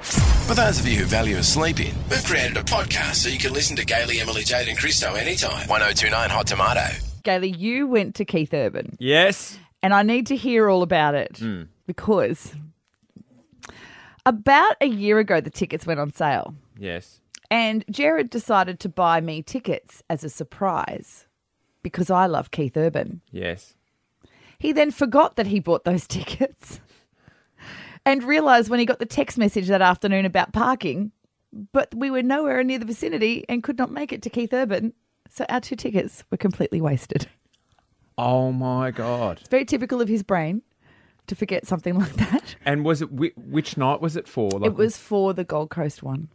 For those of you who value a sleep in, we've created a podcast so you can listen to Gaily, Emily, Jade, and Christo anytime. 1029 Hot Tomato. Gailey, you went to Keith Urban, Yes. and I need to hear all about it because about a year ago, the tickets went on sale, Yes. and Jared decided to buy me tickets as a surprise because I love Keith Urban. Yes. He then forgot that he bought those tickets and realised when he got the text message that afternoon about parking, but we were nowhere near the vicinity and could not make it to Keith Urban. So our two tickets were completely wasted. Oh my god. It's very typical of his brain to forget something like that. And was it whi- which night was it for? Like, It was for the Gold Coast one.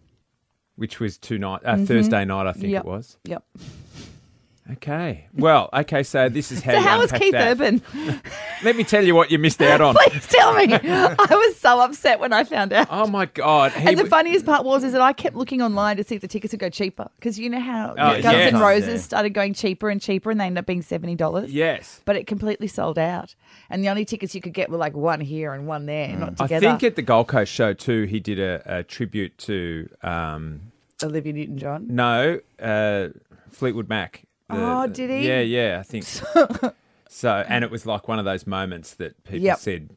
which was two night uh, Thursday night I think Mm-hmm. Yep. it was. Yep. Okay. Well, okay, so this is how So you how was unpack Keith that. Urban? Let me tell you what you missed out on. Please tell me. I was so upset when I found out. Oh my god. He and the w- funniest part was is that I kept looking online to see if the tickets would go cheaper because you know how Oh, Guns yes. and Roses Yeah. started going cheaper and cheaper and they ended up being seventy dollars. Yes. But it completely sold out, and the only tickets you could get were like one here and one there, Mm. not together. I think at the Gold Coast show too, he did a, a tribute to um, Olivia Newton-John. no uh, Fleetwood Mac. Oh, did he? Yeah, yeah, I think so. And it was like one of those moments that people Yep. said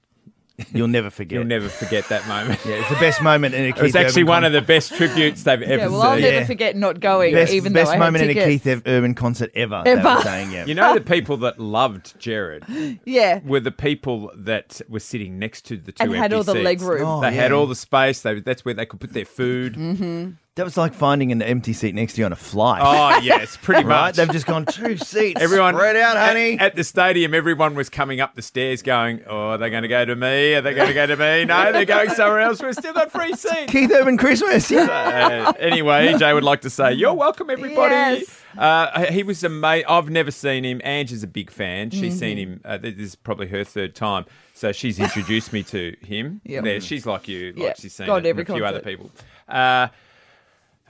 You'll never forget. you'll never forget that moment. Yeah, it's the best moment in a Keith It was Urban actually one con- of the best tributes they've ever Yeah, well, I'll seen. never Yeah. forget not going, best, even best though I had moment in a tickets. Keith Ev- Urban concert ever. Ever. They were saying, yeah. You know, the people that loved Jared Yeah, were the people that were sitting next to the two And had empty all the seats. leg room. Oh, they had yeah. all the space. They, that's where they could put their food. that was like finding an empty seat next to you on a flight. Oh yes, pretty right? much. They've just gone two seats. Everyone spread out, at- honey. At, the stadium, everyone was coming up the stairs, going, "Oh, are they going to go to me? Are they going to go to me? No, they're going somewhere else. We've still got free seats." Keith Urban Christmas. Uh, anyway, EJ would like to say, "You're welcome, everybody." Yes. Uh, he was a mate. I've never seen him. Ange is a big fan. She's seen Mm-hmm. him. Uh, this is probably her third time, so she's introduced me to him. Yep. There, she's like you. Like Yeah, she's seen gone it to every and a few other concert. people. Uh,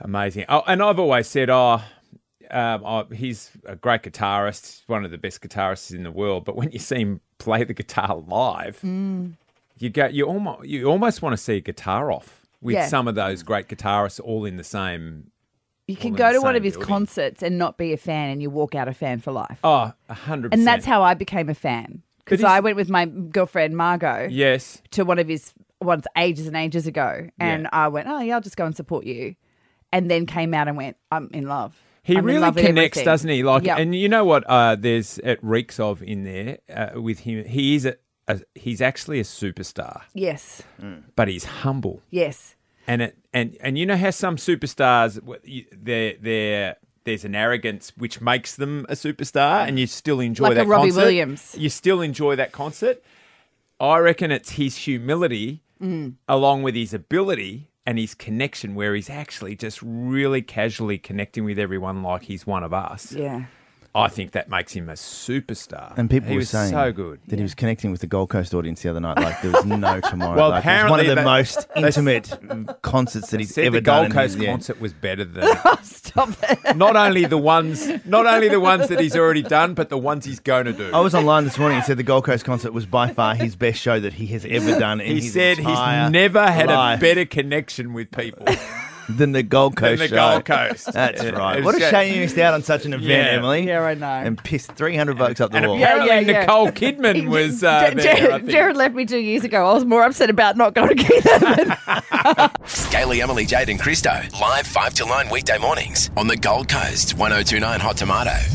amazing. Oh, and I've always said, "Oh." um, I, he's a great guitarist, one of the best guitarists in the world. But when you see him play the guitar live, Mm. you go, you almost, you almost want to see a guitar off with Yeah. some of those great guitarists all in the same. you all can in go the to one same of his building. concerts and not be a fan, and you walk out a fan for life. Oh, a hundred. and that's percent. how I became a fan But because he's- I went with my girlfriend Margot. Yes. to one of his ones ages and ages ago, and Yeah. I went, "Oh yeah, I'll just go and support you," and then came out and went, "I'm in love." He I'm in really love with connects, everything." doesn't he? Like, Yep. and you know what? Uh, there's it reeks of in there uh, with him. He is a, a he's actually a superstar, yes, but he's humble. yes, and it and and you know how some superstars w- you- they're they're there's an arrogance which makes them a superstar, and you still enjoy Like a that Robbie concert. Williams. You still enjoy that concert. I reckon it's his humility, Mm. along with his ability and his connection, where he's actually just really casually connecting with everyone like he's one of us. yeah. I think that makes him a superstar. And people he were was saying so good. that he was connecting with the Gold Coast audience the other night. Like there was no tomorrow. Well, like, it was apparently one of the they- most intimate concerts that he's Said ever the done. Gold in Coast his- yeah. concert was better than Stop it. not only the ones not only the ones that he's already done, but the ones he's going to do. I was online this morning and said the Gold Coast concert was by far his best show that he has ever done. In he his said entire he's never had life a better connection with people than the Gold Coast. than the show. Gold Coast. That's Yeah. right. It What a was great. shame you missed out on such an event, Yeah. Emily. Yeah, I know. And pissed three hundred bucks up the And wall. apparently Yeah, yeah, yeah. Nicole Kidman was uh, J- there. I Jared, think. Jared left me two years ago. I was more upset about not going to Keith Urban. Gaily, Emily, Jade, and Christo. Live 5 till 9 weekday mornings on the Gold Coast. 1029 Hot Tomato.